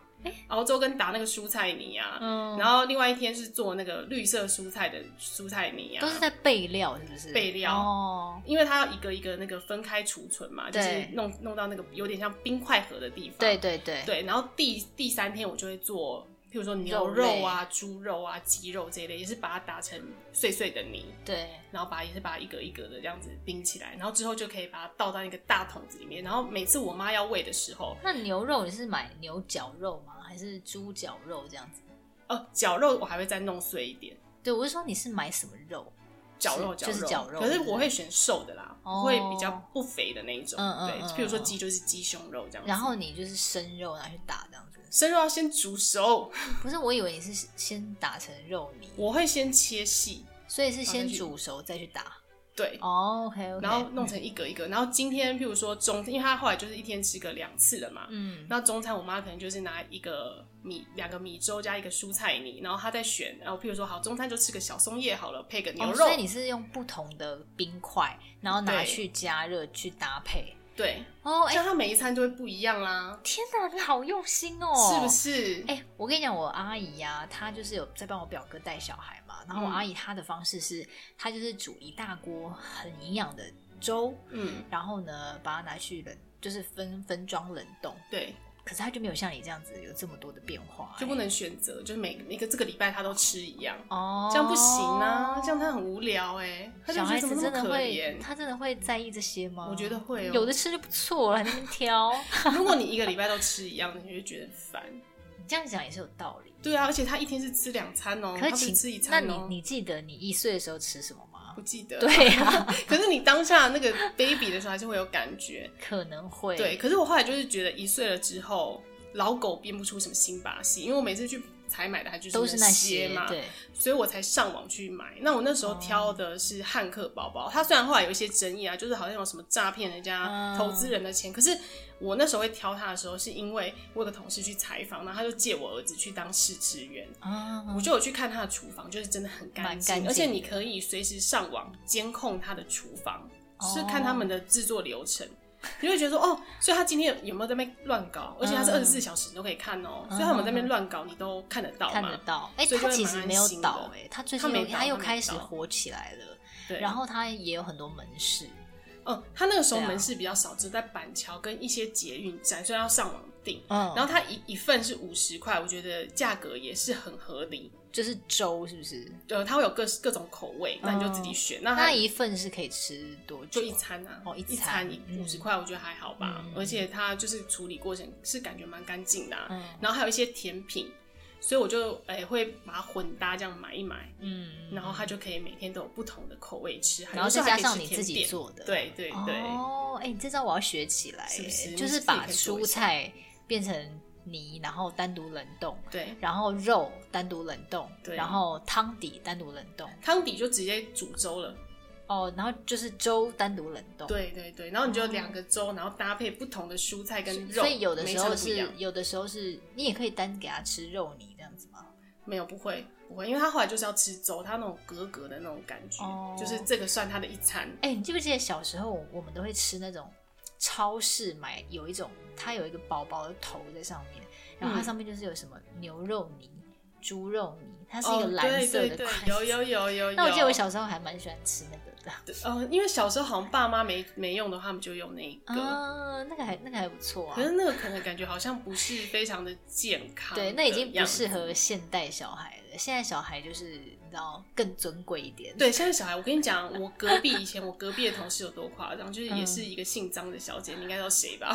[SPEAKER 1] 熬粥跟打那个蔬菜泥啊，
[SPEAKER 2] 嗯，
[SPEAKER 1] 然后另外一天是做那个绿色蔬菜的蔬菜泥啊，
[SPEAKER 2] 都是在备料，是不是？
[SPEAKER 1] 备料
[SPEAKER 2] 哦，
[SPEAKER 1] 因为它要一个一个那个分开储存嘛，就
[SPEAKER 2] 对
[SPEAKER 1] 是弄弄到那个有点像冰块盒的地方。
[SPEAKER 2] 对对对，
[SPEAKER 1] 对，然后第第三天我就会做，譬如说牛
[SPEAKER 2] 肉类
[SPEAKER 1] 肉啊、猪肉啊、鸡肉这一类，也是把它打成碎碎的泥，
[SPEAKER 2] 对，
[SPEAKER 1] 然后把也是把它一格一格的这样子冰起来，然后之后就可以把它倒到一个大桶子里面。然后每次我妈要喂的时候，
[SPEAKER 2] 那牛肉你是买牛绞肉吗？还是猪绞肉这样子？
[SPEAKER 1] 哦，绞肉我还会再弄碎一点，
[SPEAKER 2] 对，我是说你是买什么肉？
[SPEAKER 1] 绞肉绞
[SPEAKER 2] 是就
[SPEAKER 1] 肉，
[SPEAKER 2] 是绞肉
[SPEAKER 1] 可是我会选瘦的啦，
[SPEAKER 2] 哦
[SPEAKER 1] 我会比较不肥的那一种。
[SPEAKER 2] 嗯嗯
[SPEAKER 1] 对
[SPEAKER 2] 嗯，
[SPEAKER 1] 譬如说
[SPEAKER 2] 嗯
[SPEAKER 1] 鸡就是鸡胸肉这样子。
[SPEAKER 2] 然后你就是生肉拿去打这样子？
[SPEAKER 1] 生肉要先煮熟。
[SPEAKER 2] 不是，我以为你是先打成肉泥，
[SPEAKER 1] 我会先切细，
[SPEAKER 2] 所以是
[SPEAKER 1] 好
[SPEAKER 2] 先
[SPEAKER 1] 哦再去
[SPEAKER 2] 煮熟再去打。
[SPEAKER 1] 对，
[SPEAKER 2] 哦，OK OK，
[SPEAKER 1] 然后弄成一格一格。然后今天譬如说中，因为他后来就是一天吃个两次了嘛。
[SPEAKER 2] 嗯，
[SPEAKER 1] 那中餐我妈可能就是拿一个米两个米粥加一个蔬菜泥，然后她再选，然后譬如说好中餐就吃个小松叶好了，配个牛
[SPEAKER 2] 哦
[SPEAKER 1] 肉，
[SPEAKER 2] 所以你是用不同的冰块，然后拿
[SPEAKER 1] 对
[SPEAKER 2] 去加热去搭配。
[SPEAKER 1] 对，
[SPEAKER 2] 哦，
[SPEAKER 1] 这
[SPEAKER 2] 哎、
[SPEAKER 1] 样她每一餐就会不一样啦，
[SPEAKER 2] 天哪，你好用心哦，
[SPEAKER 1] 是不？是？
[SPEAKER 2] 哎、我跟你讲，我阿姨呀、她就是有在帮我表哥带小孩嘛。然后我
[SPEAKER 1] 嗯
[SPEAKER 2] 阿姨她的方式是，她就是煮一大锅很营养的粥，
[SPEAKER 1] 嗯，
[SPEAKER 2] 然后呢，把它拿去冷，就是分分装冷冻。
[SPEAKER 1] 对，
[SPEAKER 2] 可是她就没有像你这样子有这么多的变化、
[SPEAKER 1] 就不能选择，就是每每个这个礼拜她都吃一样，
[SPEAKER 2] 哎哦，
[SPEAKER 1] 这样不行啊，这样她很无聊哎、她就
[SPEAKER 2] 小
[SPEAKER 1] 觉
[SPEAKER 2] 孩
[SPEAKER 1] 得怎
[SPEAKER 2] 子
[SPEAKER 1] 么那
[SPEAKER 2] 真
[SPEAKER 1] 么
[SPEAKER 2] 的
[SPEAKER 1] 可
[SPEAKER 2] 会
[SPEAKER 1] 怜，？
[SPEAKER 2] 他真的会在意这些吗？
[SPEAKER 1] 我觉得会哦
[SPEAKER 2] 有的吃就不错了，还在那边 挑。
[SPEAKER 1] 如果你一个礼拜都吃一样，你就会觉得很烦。
[SPEAKER 2] 你这样讲也是有道理。
[SPEAKER 1] 对啊，而且他一天是吃两餐哦、
[SPEAKER 2] 可
[SPEAKER 1] 他
[SPEAKER 2] 是
[SPEAKER 1] 不是
[SPEAKER 2] 请，
[SPEAKER 1] 吃一
[SPEAKER 2] 那
[SPEAKER 1] 餐
[SPEAKER 2] 你
[SPEAKER 1] 哦、
[SPEAKER 2] 你记得你一岁的时候吃什么吗
[SPEAKER 1] 不？记得。
[SPEAKER 2] 对啊，
[SPEAKER 1] 可是你当下那个 baby 的时候还是会有感觉。
[SPEAKER 2] 可能会。
[SPEAKER 1] 对，，可是我后来就是觉得一岁了之后，老狗变不出什么新把戏，因为我每次去采买的它就是
[SPEAKER 2] 都是那
[SPEAKER 1] 些
[SPEAKER 2] 些
[SPEAKER 1] 嘛，
[SPEAKER 2] 对，
[SPEAKER 1] 所以我才上网去买。那我那时候挑的是汉克宝宝，它虽然后来有一些争议啊，就是好像有什么诈骗人家
[SPEAKER 2] 嗯
[SPEAKER 1] 投资人的钱，可是我那时候会挑它的时候，是因为我有个同事去采访，然后他就借我儿子去当试吃员，
[SPEAKER 2] 啊，
[SPEAKER 1] 我就有去看他的厨房，就是真的很干
[SPEAKER 2] 蛮干净
[SPEAKER 1] 净，
[SPEAKER 2] 的
[SPEAKER 1] 而且你可以随时上网监控他的厨房，
[SPEAKER 2] 哦
[SPEAKER 1] 是看他们的制作流程。你就会觉得说哦，所以他今天有没有在那边乱搞？而且他是二
[SPEAKER 2] 嗯
[SPEAKER 1] 十四小时你都可以看哦，
[SPEAKER 2] 嗯
[SPEAKER 1] 所以他有没有在那边乱搞，你都看得到
[SPEAKER 2] 看
[SPEAKER 1] 嘛
[SPEAKER 2] 得？到。哎、
[SPEAKER 1] 所以就
[SPEAKER 2] 他
[SPEAKER 1] 会
[SPEAKER 2] 其
[SPEAKER 1] 蛮
[SPEAKER 2] 实
[SPEAKER 1] 安
[SPEAKER 2] 没有
[SPEAKER 1] 心的欸
[SPEAKER 2] 倒、哎，他最
[SPEAKER 1] 他
[SPEAKER 2] 近
[SPEAKER 1] 没
[SPEAKER 2] 有
[SPEAKER 1] 倒
[SPEAKER 2] 又
[SPEAKER 1] 他没
[SPEAKER 2] 开始
[SPEAKER 1] 倒
[SPEAKER 2] 火起来了，
[SPEAKER 1] 对。
[SPEAKER 2] 然，后他也有很多门市。
[SPEAKER 1] 嗯，他那个时候
[SPEAKER 2] 对啊
[SPEAKER 1] 门市比较少，只在板桥跟一些捷运站，所以要上网订。
[SPEAKER 2] 嗯，
[SPEAKER 1] 然后它一一份是五十块，我觉得价格也是很合理。
[SPEAKER 2] 就是粥，是不是？
[SPEAKER 1] 呃，它会有各各种口味，那你就自己选。那它
[SPEAKER 2] 嗯那一份是可以吃多久？
[SPEAKER 1] 就一餐啊，
[SPEAKER 2] 哦一
[SPEAKER 1] 一
[SPEAKER 2] 餐嗯
[SPEAKER 1] 五十块，我觉得还好吧。
[SPEAKER 2] 嗯
[SPEAKER 1] 而且它就是处理过程是感觉蛮干净的啊、
[SPEAKER 2] 嗯
[SPEAKER 1] 然后还有一些甜品，所以我就诶、会把它混搭这样买一买，
[SPEAKER 2] 嗯，
[SPEAKER 1] 然后它就可以每天都有不同的口味吃，还
[SPEAKER 2] 然后再
[SPEAKER 1] 有时候还
[SPEAKER 2] 加
[SPEAKER 1] 可以
[SPEAKER 2] 上
[SPEAKER 1] 吃
[SPEAKER 2] 你
[SPEAKER 1] 甜
[SPEAKER 2] 自己
[SPEAKER 1] 点，
[SPEAKER 2] 做的，
[SPEAKER 1] 对对对，
[SPEAKER 2] 哦，哎、你这招我要学起来耶，欸
[SPEAKER 1] 是不是
[SPEAKER 2] 就
[SPEAKER 1] 你
[SPEAKER 2] 是
[SPEAKER 1] 自己
[SPEAKER 2] 把
[SPEAKER 1] 可以做一
[SPEAKER 2] 蔬
[SPEAKER 1] 下
[SPEAKER 2] 菜变成泥，然后单独冷冻，
[SPEAKER 1] 对。
[SPEAKER 2] 然后肉单独冷冻，
[SPEAKER 1] 对
[SPEAKER 2] 然后汤底单独冷冻，
[SPEAKER 1] 汤底就直接煮粥了，
[SPEAKER 2] 哦，然后就是粥单独冷冻。
[SPEAKER 1] 对对对，然后你就两个粥，然后搭配不同的蔬菜跟肉，
[SPEAKER 2] 所以有的
[SPEAKER 1] 每
[SPEAKER 2] 时
[SPEAKER 1] 餐
[SPEAKER 2] 候
[SPEAKER 1] 都不一样
[SPEAKER 2] 是，有的时候是你也可以单给它吃肉泥这样子吗？
[SPEAKER 1] 没有不会不会，因为他后来就是要吃粥，他那种格格的那种感觉，
[SPEAKER 2] 哦
[SPEAKER 1] 就是这个算他的一餐，
[SPEAKER 2] 哎、你记不记得小时候我们都会吃那种超市买有一种，它有一个薄薄的头在上面，然后它
[SPEAKER 1] 嗯
[SPEAKER 2] 上面就是有什么牛肉泥、猪肉泥，它是一个
[SPEAKER 1] 哦
[SPEAKER 2] 蓝色的
[SPEAKER 1] 对对
[SPEAKER 2] 块
[SPEAKER 1] 对，
[SPEAKER 2] 子。
[SPEAKER 1] 有有 有有有。
[SPEAKER 2] 那我记得我小时候还蛮喜欢吃那个 的。
[SPEAKER 1] 呃，因为小时候好像爸妈没没用的话，他们就用那一个。
[SPEAKER 2] 啊，那个还那个还不错啊
[SPEAKER 1] 可。是那个可能感觉好像不是非常的健康的
[SPEAKER 2] 对，
[SPEAKER 1] 样子，
[SPEAKER 2] 那已经不适合现代小孩了。现在小孩就是你知道更尊贵一点。
[SPEAKER 1] 对，现在小孩，我跟你讲，我隔壁以前我隔壁的同事有多夸张，就是也
[SPEAKER 2] 嗯
[SPEAKER 1] 是一 个姓张的小姐，你应该知道谁吧？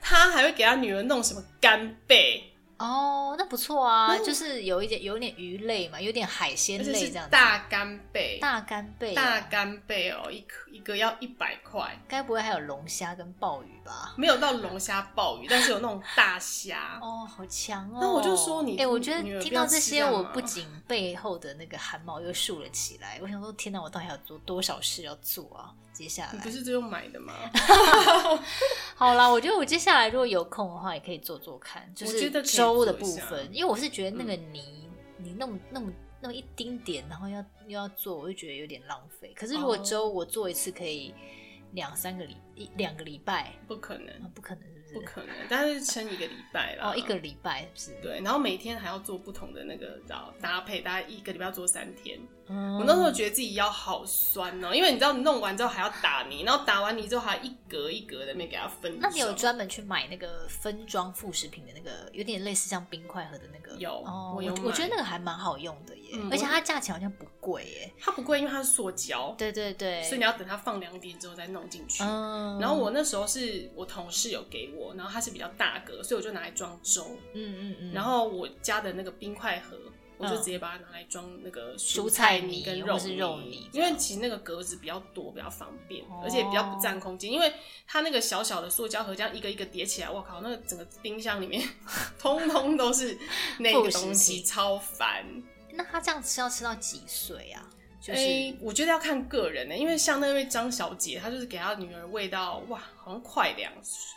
[SPEAKER 1] 她还会给她女儿弄什么干贝，
[SPEAKER 2] 哦，那不错啊，就是有一点有点鱼类嘛，有点海鲜
[SPEAKER 1] 而且
[SPEAKER 2] 类
[SPEAKER 1] 是
[SPEAKER 2] 这样子。
[SPEAKER 1] 大干贝，
[SPEAKER 2] 大干贝、
[SPEAKER 1] 大
[SPEAKER 2] 啊，
[SPEAKER 1] 干贝哦，一颗一个要一百块，
[SPEAKER 2] 该不会还有龙虾跟鲍鱼吧？
[SPEAKER 1] 没有到龙虾、鲍鱼，但是有那种大虾。
[SPEAKER 2] 哦，好强哦！
[SPEAKER 1] 那我就说你
[SPEAKER 2] 哎、我觉得
[SPEAKER 1] 你有必要
[SPEAKER 2] 听到这些，
[SPEAKER 1] 吃这样吗
[SPEAKER 2] 我不仅背后的那个汗毛又竖了起来。我想说，天哪，我到底还有多多少事要做啊？接下
[SPEAKER 1] 你
[SPEAKER 2] 来
[SPEAKER 1] 不，是就买的吗？
[SPEAKER 2] 好啦，我觉得我接下来如果有空的话，也可以做做看，就
[SPEAKER 1] 我觉
[SPEAKER 2] 是
[SPEAKER 1] 得可以
[SPEAKER 2] 粥的
[SPEAKER 1] 做
[SPEAKER 2] 部
[SPEAKER 1] 一下嗯
[SPEAKER 2] 分，因为我是觉得那个泥，你弄弄弄一丁点，然后要又要做，我就觉得有点浪费。可是如果
[SPEAKER 1] 哦
[SPEAKER 2] 粥我做一次可以两三个礼一两个礼拜，
[SPEAKER 1] 不可能，
[SPEAKER 2] 啊，不可能是
[SPEAKER 1] 不
[SPEAKER 2] 不是？
[SPEAKER 1] 可能，但是撑一个礼拜啦。
[SPEAKER 2] 哦，一个礼拜是不是？
[SPEAKER 1] 对，然后每天还要做不同的那个然后搭配，大概一个礼拜要做三天。
[SPEAKER 2] 嗯，
[SPEAKER 1] 我那时候觉得自己腰好酸哦，因为你知道你弄完之后还要打泥，然后打完泥之后还一格一格的没给它分。
[SPEAKER 2] 那你有？专门去买那个分装副食品的那个，有点类似像冰块盒的那个？
[SPEAKER 1] 有
[SPEAKER 2] 哦，
[SPEAKER 1] 我
[SPEAKER 2] 我
[SPEAKER 1] 有
[SPEAKER 2] 我觉
[SPEAKER 1] 买
[SPEAKER 2] 得那个还蛮好用的耶，
[SPEAKER 1] 嗯
[SPEAKER 2] 而且
[SPEAKER 1] 我
[SPEAKER 2] 它价钱好像不贵耶。
[SPEAKER 1] 它不贵，因为它是塑胶，
[SPEAKER 2] 对对对，
[SPEAKER 1] 所以你要等它放凉点之后再弄进去。
[SPEAKER 2] 嗯，
[SPEAKER 1] 然后我那时候是我同事有给我，然后它是比较大格，所以我就拿来装粥。
[SPEAKER 2] 嗯嗯嗯，
[SPEAKER 1] 然后我家的那个冰块盒，我就
[SPEAKER 2] 嗯
[SPEAKER 1] 直接把它拿来装那个
[SPEAKER 2] 蔬菜
[SPEAKER 1] 菜
[SPEAKER 2] 泥
[SPEAKER 1] 跟
[SPEAKER 2] 或
[SPEAKER 1] 肉
[SPEAKER 2] 是肉泥这
[SPEAKER 1] 因
[SPEAKER 2] 样
[SPEAKER 1] 为其实那个格子比较多，比较方便，
[SPEAKER 2] 哦
[SPEAKER 1] 而且比较不占空间。因为它那个小小的塑胶盒这样一个一个叠起来，我靠，那个整个冰箱里面 通通都是那
[SPEAKER 2] 副
[SPEAKER 1] 个
[SPEAKER 2] 食
[SPEAKER 1] 东西，
[SPEAKER 2] 品
[SPEAKER 1] 超烦。
[SPEAKER 2] 那它这样吃要吃到几岁啊？就是、
[SPEAKER 1] 诶哎我觉得要看个人欸呢、因为像那位张小姐，她就是给她女儿喂到哇，好像快两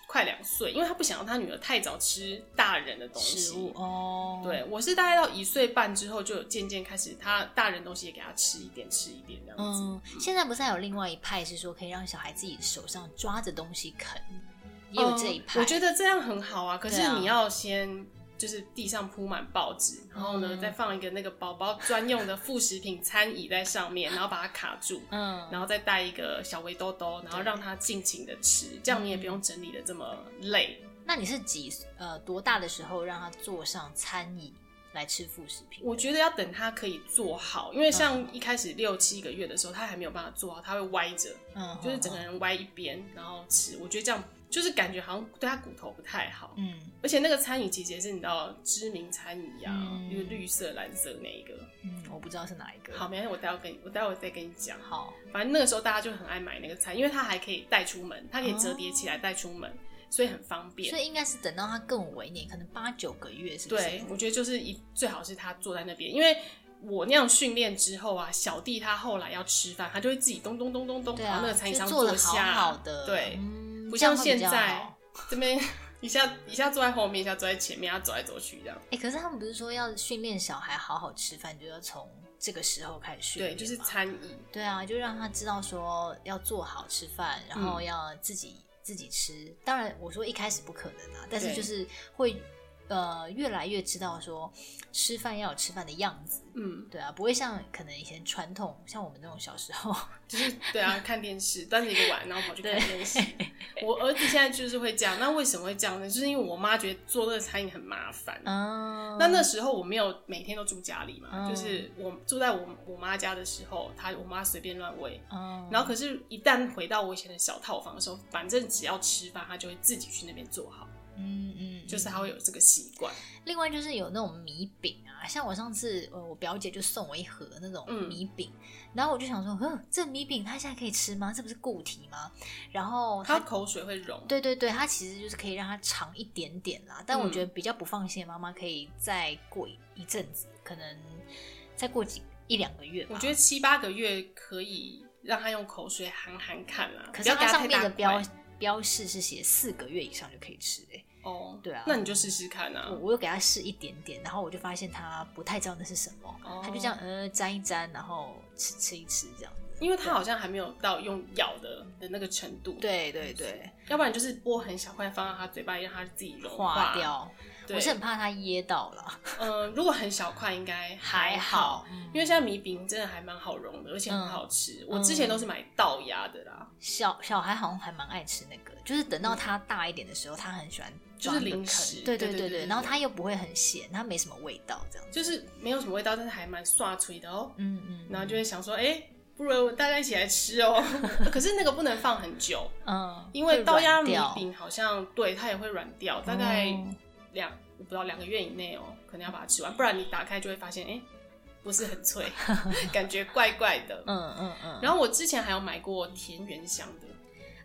[SPEAKER 1] 快两岁，因为她不想让她女儿太早吃大人的东西。
[SPEAKER 2] 食物哦，
[SPEAKER 1] 对，我是大概到一岁半之后，就有渐渐开始，他大人东西也给他吃一点，吃一点这样子。
[SPEAKER 2] 嗯，现在不是还有另外一派是说可以让小孩自己手上抓着东西啃，也有这一
[SPEAKER 1] 嗯
[SPEAKER 2] 派。
[SPEAKER 1] 我觉得这样很好啊。可
[SPEAKER 2] 对
[SPEAKER 1] 是
[SPEAKER 2] 啊
[SPEAKER 1] 你要先就是地上铺满报纸，然后呢、
[SPEAKER 2] 嗯
[SPEAKER 1] 再放一个那个宝宝专用的副食品餐椅在上面，然后把它卡住，
[SPEAKER 2] 嗯，
[SPEAKER 1] 然后再带一个小围兜兜，然后
[SPEAKER 2] 对
[SPEAKER 1] 让他尽情的吃，这样你也
[SPEAKER 2] 嗯
[SPEAKER 1] 不用整理的这么累。
[SPEAKER 2] 那你是几呃多大的时候让他坐上餐椅来吃副食品？
[SPEAKER 1] 我觉得要等他可以做好，因为
[SPEAKER 2] 嗯
[SPEAKER 1] 像一开始六七个月的时候，他还没有办法做好，他会歪着。
[SPEAKER 2] 嗯，
[SPEAKER 1] 就是整个人歪一边，然后吃。我觉得这样就是感觉好像对他骨头不太好。
[SPEAKER 2] 嗯
[SPEAKER 1] 而且那个餐椅其实也是你知道知名餐椅啊，
[SPEAKER 2] 嗯
[SPEAKER 1] 就是绿色、蓝色那一个。
[SPEAKER 2] 嗯，我不知道是哪一个。
[SPEAKER 1] 好，没关系，我待会跟你，我待会再跟你讲。
[SPEAKER 2] 好，
[SPEAKER 1] 反正那个时候大家就很爱买那个餐，因为它还可以带出门，它可以折叠起来带出门，所以很方便
[SPEAKER 2] 哦所。以应该是等到他更晚一点，可能八九个月是不是？
[SPEAKER 1] 对，我觉得就是一最好是他坐在那边，因为。我那样训练之后啊，小弟他后来要吃饭，他就会自己咚咚咚咚咚
[SPEAKER 2] 对
[SPEAKER 1] 跑到
[SPEAKER 2] 啊，
[SPEAKER 1] 那个餐椅
[SPEAKER 2] 就
[SPEAKER 1] 上
[SPEAKER 2] 做
[SPEAKER 1] 坐
[SPEAKER 2] 的好
[SPEAKER 1] 下，
[SPEAKER 2] 好的，
[SPEAKER 1] 对，
[SPEAKER 2] 嗯
[SPEAKER 1] 不
[SPEAKER 2] 这样
[SPEAKER 1] 像
[SPEAKER 2] 会
[SPEAKER 1] 现
[SPEAKER 2] 比较
[SPEAKER 1] 在
[SPEAKER 2] 好
[SPEAKER 1] 这边一下一下坐在后面，一下坐在前面，他走来走去这样。
[SPEAKER 2] 哎、可是他们不是说要训练小孩好好吃饭，就要从这个时候开始训
[SPEAKER 1] 对，
[SPEAKER 2] 练
[SPEAKER 1] 就是
[SPEAKER 2] 吗
[SPEAKER 1] 餐椅。
[SPEAKER 2] 对啊，就让他知道说要做好吃饭，然
[SPEAKER 1] 嗯
[SPEAKER 2] 后要自己、自己吃。当然，我说一开始不可能啊，但是
[SPEAKER 1] 对
[SPEAKER 2] 就是会呃越来越知道说吃饭要有吃饭的样子。
[SPEAKER 1] 嗯，
[SPEAKER 2] 对啊，不会像可能以前传统，像我们那种小时候，
[SPEAKER 1] 就是对啊，看电视，端着一个碗，然后跑去看电视。我儿子现在就是会这样，那为什么会这样呢？就是因为我妈觉得做那个餐饮很麻烦。
[SPEAKER 2] 嗯，
[SPEAKER 1] 那那时候我没有每天都住家里嘛，
[SPEAKER 2] 嗯
[SPEAKER 1] 就是我住在我我妈家的时候，她我妈随便乱喂。
[SPEAKER 2] 嗯，
[SPEAKER 1] 然后可是，一旦回到我以前的小套房的时候，反正只要吃饭，她就会自己去那边做好，
[SPEAKER 2] 嗯嗯，
[SPEAKER 1] 就是
[SPEAKER 2] 嗯
[SPEAKER 1] 她会有这个习惯。
[SPEAKER 2] 另外就是有那种米饼啊，像我上次呃我表姐就送我一盒那种
[SPEAKER 1] 嗯
[SPEAKER 2] 米饼，然后我就想说，呵，这米饼它现在可以吃吗？这不是固体吗？然后
[SPEAKER 1] 她
[SPEAKER 2] 它。
[SPEAKER 1] 口水会融，
[SPEAKER 2] 对对对，它其实就是可以让它长一点点
[SPEAKER 1] 嗯
[SPEAKER 2] 啦，但我觉得比较不放心，妈妈可以再过一一阵子，可能再过几一两个月吧。
[SPEAKER 1] 我觉得七八个月可以让他用口水含含看啦，
[SPEAKER 2] 可
[SPEAKER 1] 不
[SPEAKER 2] 是
[SPEAKER 1] 要给
[SPEAKER 2] 它
[SPEAKER 1] 他
[SPEAKER 2] 上
[SPEAKER 1] 太
[SPEAKER 2] 面
[SPEAKER 1] 大
[SPEAKER 2] 的标
[SPEAKER 1] 块
[SPEAKER 2] 标示是写四个月以上就可以吃、欸，
[SPEAKER 1] 哦，
[SPEAKER 2] 对啊
[SPEAKER 1] 那你就试试看啊
[SPEAKER 2] 我。我又给他试一点点，然后我就发现他不太知道那是什么，
[SPEAKER 1] 哦
[SPEAKER 2] 他就这样呃沾一沾，然后吃吃一吃这样子。
[SPEAKER 1] 因为他好像还没有到用咬的的那个程度，，
[SPEAKER 2] 啊对对对，
[SPEAKER 1] 要不然就是剥很小块放到他嘴巴里，让他自己融
[SPEAKER 2] 化。掉。
[SPEAKER 1] 对，
[SPEAKER 2] 我是很怕他噎到了，
[SPEAKER 1] 呃，如果很小块应该还好，
[SPEAKER 2] 嗯
[SPEAKER 1] 因为现在米饼真的还蛮好融的，而且很好吃。我之前都是买倒压的啦，
[SPEAKER 2] 小小孩好像还蛮爱吃那个，就是等到他大一点的时候，他很喜欢
[SPEAKER 1] 嗯就
[SPEAKER 2] 抓
[SPEAKER 1] 是
[SPEAKER 2] 那个
[SPEAKER 1] 零
[SPEAKER 2] 啃
[SPEAKER 1] 食
[SPEAKER 2] 对
[SPEAKER 1] 对对
[SPEAKER 2] 对对
[SPEAKER 1] 对
[SPEAKER 2] 对，
[SPEAKER 1] 对
[SPEAKER 2] 然后
[SPEAKER 1] 对
[SPEAKER 2] 他又不会很咸，他没什么味道这样子。
[SPEAKER 1] 就是没有什么味道，但是还蛮刷嘴的哦。
[SPEAKER 2] 嗯嗯，
[SPEAKER 1] 然后就会想说，哎、不如大家一起来吃哦。 可是那个不能放很久，
[SPEAKER 2] 嗯，
[SPEAKER 1] 因为
[SPEAKER 2] 会
[SPEAKER 1] 刀
[SPEAKER 2] 软
[SPEAKER 1] 压米
[SPEAKER 2] 掉
[SPEAKER 1] 饼好像对它也会软掉，大概
[SPEAKER 2] 哦
[SPEAKER 1] 两我不知道两个月以内哦、可能要把它吃完，不然你打开就会发现，哎、不是很 脆，感觉怪怪的。
[SPEAKER 2] 嗯嗯嗯。
[SPEAKER 1] 然后我之前还有买过田园香的，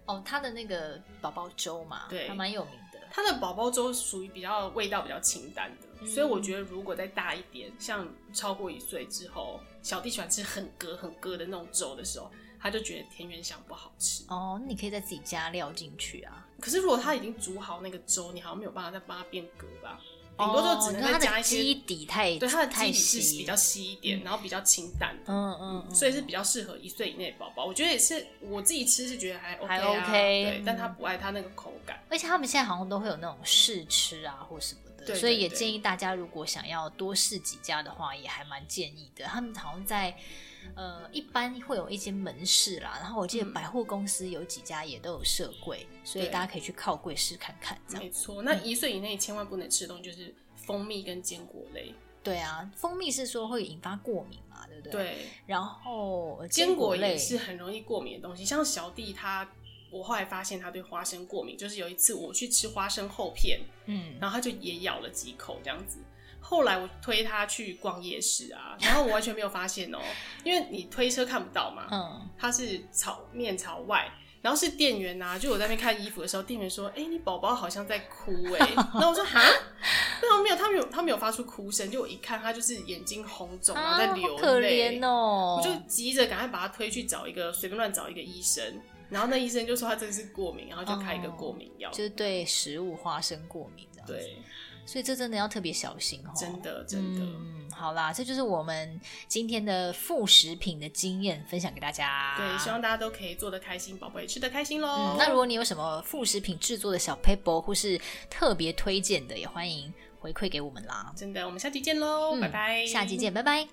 [SPEAKER 2] 哦，它的那个宝宝粥嘛，
[SPEAKER 1] 对
[SPEAKER 2] 还蛮有名的。
[SPEAKER 1] 它的宝宝粥属于比较味道比较清淡的，
[SPEAKER 2] 嗯
[SPEAKER 1] 所以我觉得如果再大一点，像超过一岁之后，小弟喜欢吃很疙很疙的那种粥的时候，他就觉得田园香不好吃。
[SPEAKER 2] 哦，那你可以再自己加料进去啊。
[SPEAKER 1] 可是如果他已经煮好那个粥，你好像没有办法再帮它变疙吧，顶多就只能
[SPEAKER 2] 哦你说
[SPEAKER 1] 再
[SPEAKER 2] 它
[SPEAKER 1] 加
[SPEAKER 2] 的
[SPEAKER 1] 一
[SPEAKER 2] 基
[SPEAKER 1] 些。
[SPEAKER 2] 底太
[SPEAKER 1] 对，它的
[SPEAKER 2] 太
[SPEAKER 1] 基底
[SPEAKER 2] 稀，
[SPEAKER 1] 是比较稀一点，然后比较清淡的，
[SPEAKER 2] 嗯嗯嗯，
[SPEAKER 1] 所以是比较适合一岁以内的宝宝。我觉得也是，我自己吃是觉得还 OK，、啊、
[SPEAKER 2] 还 OK，
[SPEAKER 1] 对
[SPEAKER 2] 嗯，
[SPEAKER 1] 但他不爱他那个口感。
[SPEAKER 2] 而且他们现在好像都会有那种试吃啊或什么的，
[SPEAKER 1] 对
[SPEAKER 2] 所以
[SPEAKER 1] 对
[SPEAKER 2] 也
[SPEAKER 1] 对
[SPEAKER 2] 建议大家如果想要多试几家的话，也还蛮建议的。他们好像在呃一般会有一间门市啦，然后我记得
[SPEAKER 1] 嗯
[SPEAKER 2] 百货公司有几家也都有设柜，所以
[SPEAKER 1] 对嗯
[SPEAKER 2] 大家可以去靠柜试看看，这样。
[SPEAKER 1] 没错，那一岁以内千万不能吃的东西就是蜂蜜跟坚果类。
[SPEAKER 2] 对啊，蜂蜜是说会引发过敏嘛，对不对？。
[SPEAKER 1] 对，
[SPEAKER 2] 然后呃
[SPEAKER 1] 坚果
[SPEAKER 2] 类
[SPEAKER 1] 也是很容易过敏的东西。像小弟他，我后来发现他对花生过敏，就是有一次我去吃花生厚片，
[SPEAKER 2] 嗯，
[SPEAKER 1] 然后他就也咬了几口这样子。后来我推他去逛夜市啊，然后我完全没有发现哦、 因为你推车看不到嘛，
[SPEAKER 2] 嗯，
[SPEAKER 1] 他是朝面朝外，然后是店员呐、就我在那边看衣服的时候，店员说：“哎、你宝宝好像在哭 哎、然后我说：“哈，没有没有，他没有他没有发出哭声，就我一看他就是眼睛红肿，然后在
[SPEAKER 2] 啊，好
[SPEAKER 1] 流
[SPEAKER 2] 可
[SPEAKER 1] 泪、
[SPEAKER 2] 怜哦，
[SPEAKER 1] 我就急着赶快把他推去找一个随便乱找一个医生，然后那医生就说他真的是过敏，然后就开一个过敏药。
[SPEAKER 2] 就是对食物花生过敏这样子。
[SPEAKER 1] 对，
[SPEAKER 2] 所以这真的要特别小心哦。
[SPEAKER 1] 真的真的。
[SPEAKER 2] 嗯，好啦，这就是我们今天的副食品的经验分享给大家。
[SPEAKER 1] 对，希望大家都可以做得开心，宝宝也吃得开心喽、
[SPEAKER 2] 啊嗯，那如果你有什么副食品制作的小 paper 或是特别推荐的，也欢迎回馈给我们啦。
[SPEAKER 1] 真的，我们下期见喽、
[SPEAKER 2] 嗯
[SPEAKER 1] 拜拜，
[SPEAKER 2] 下期见，拜拜。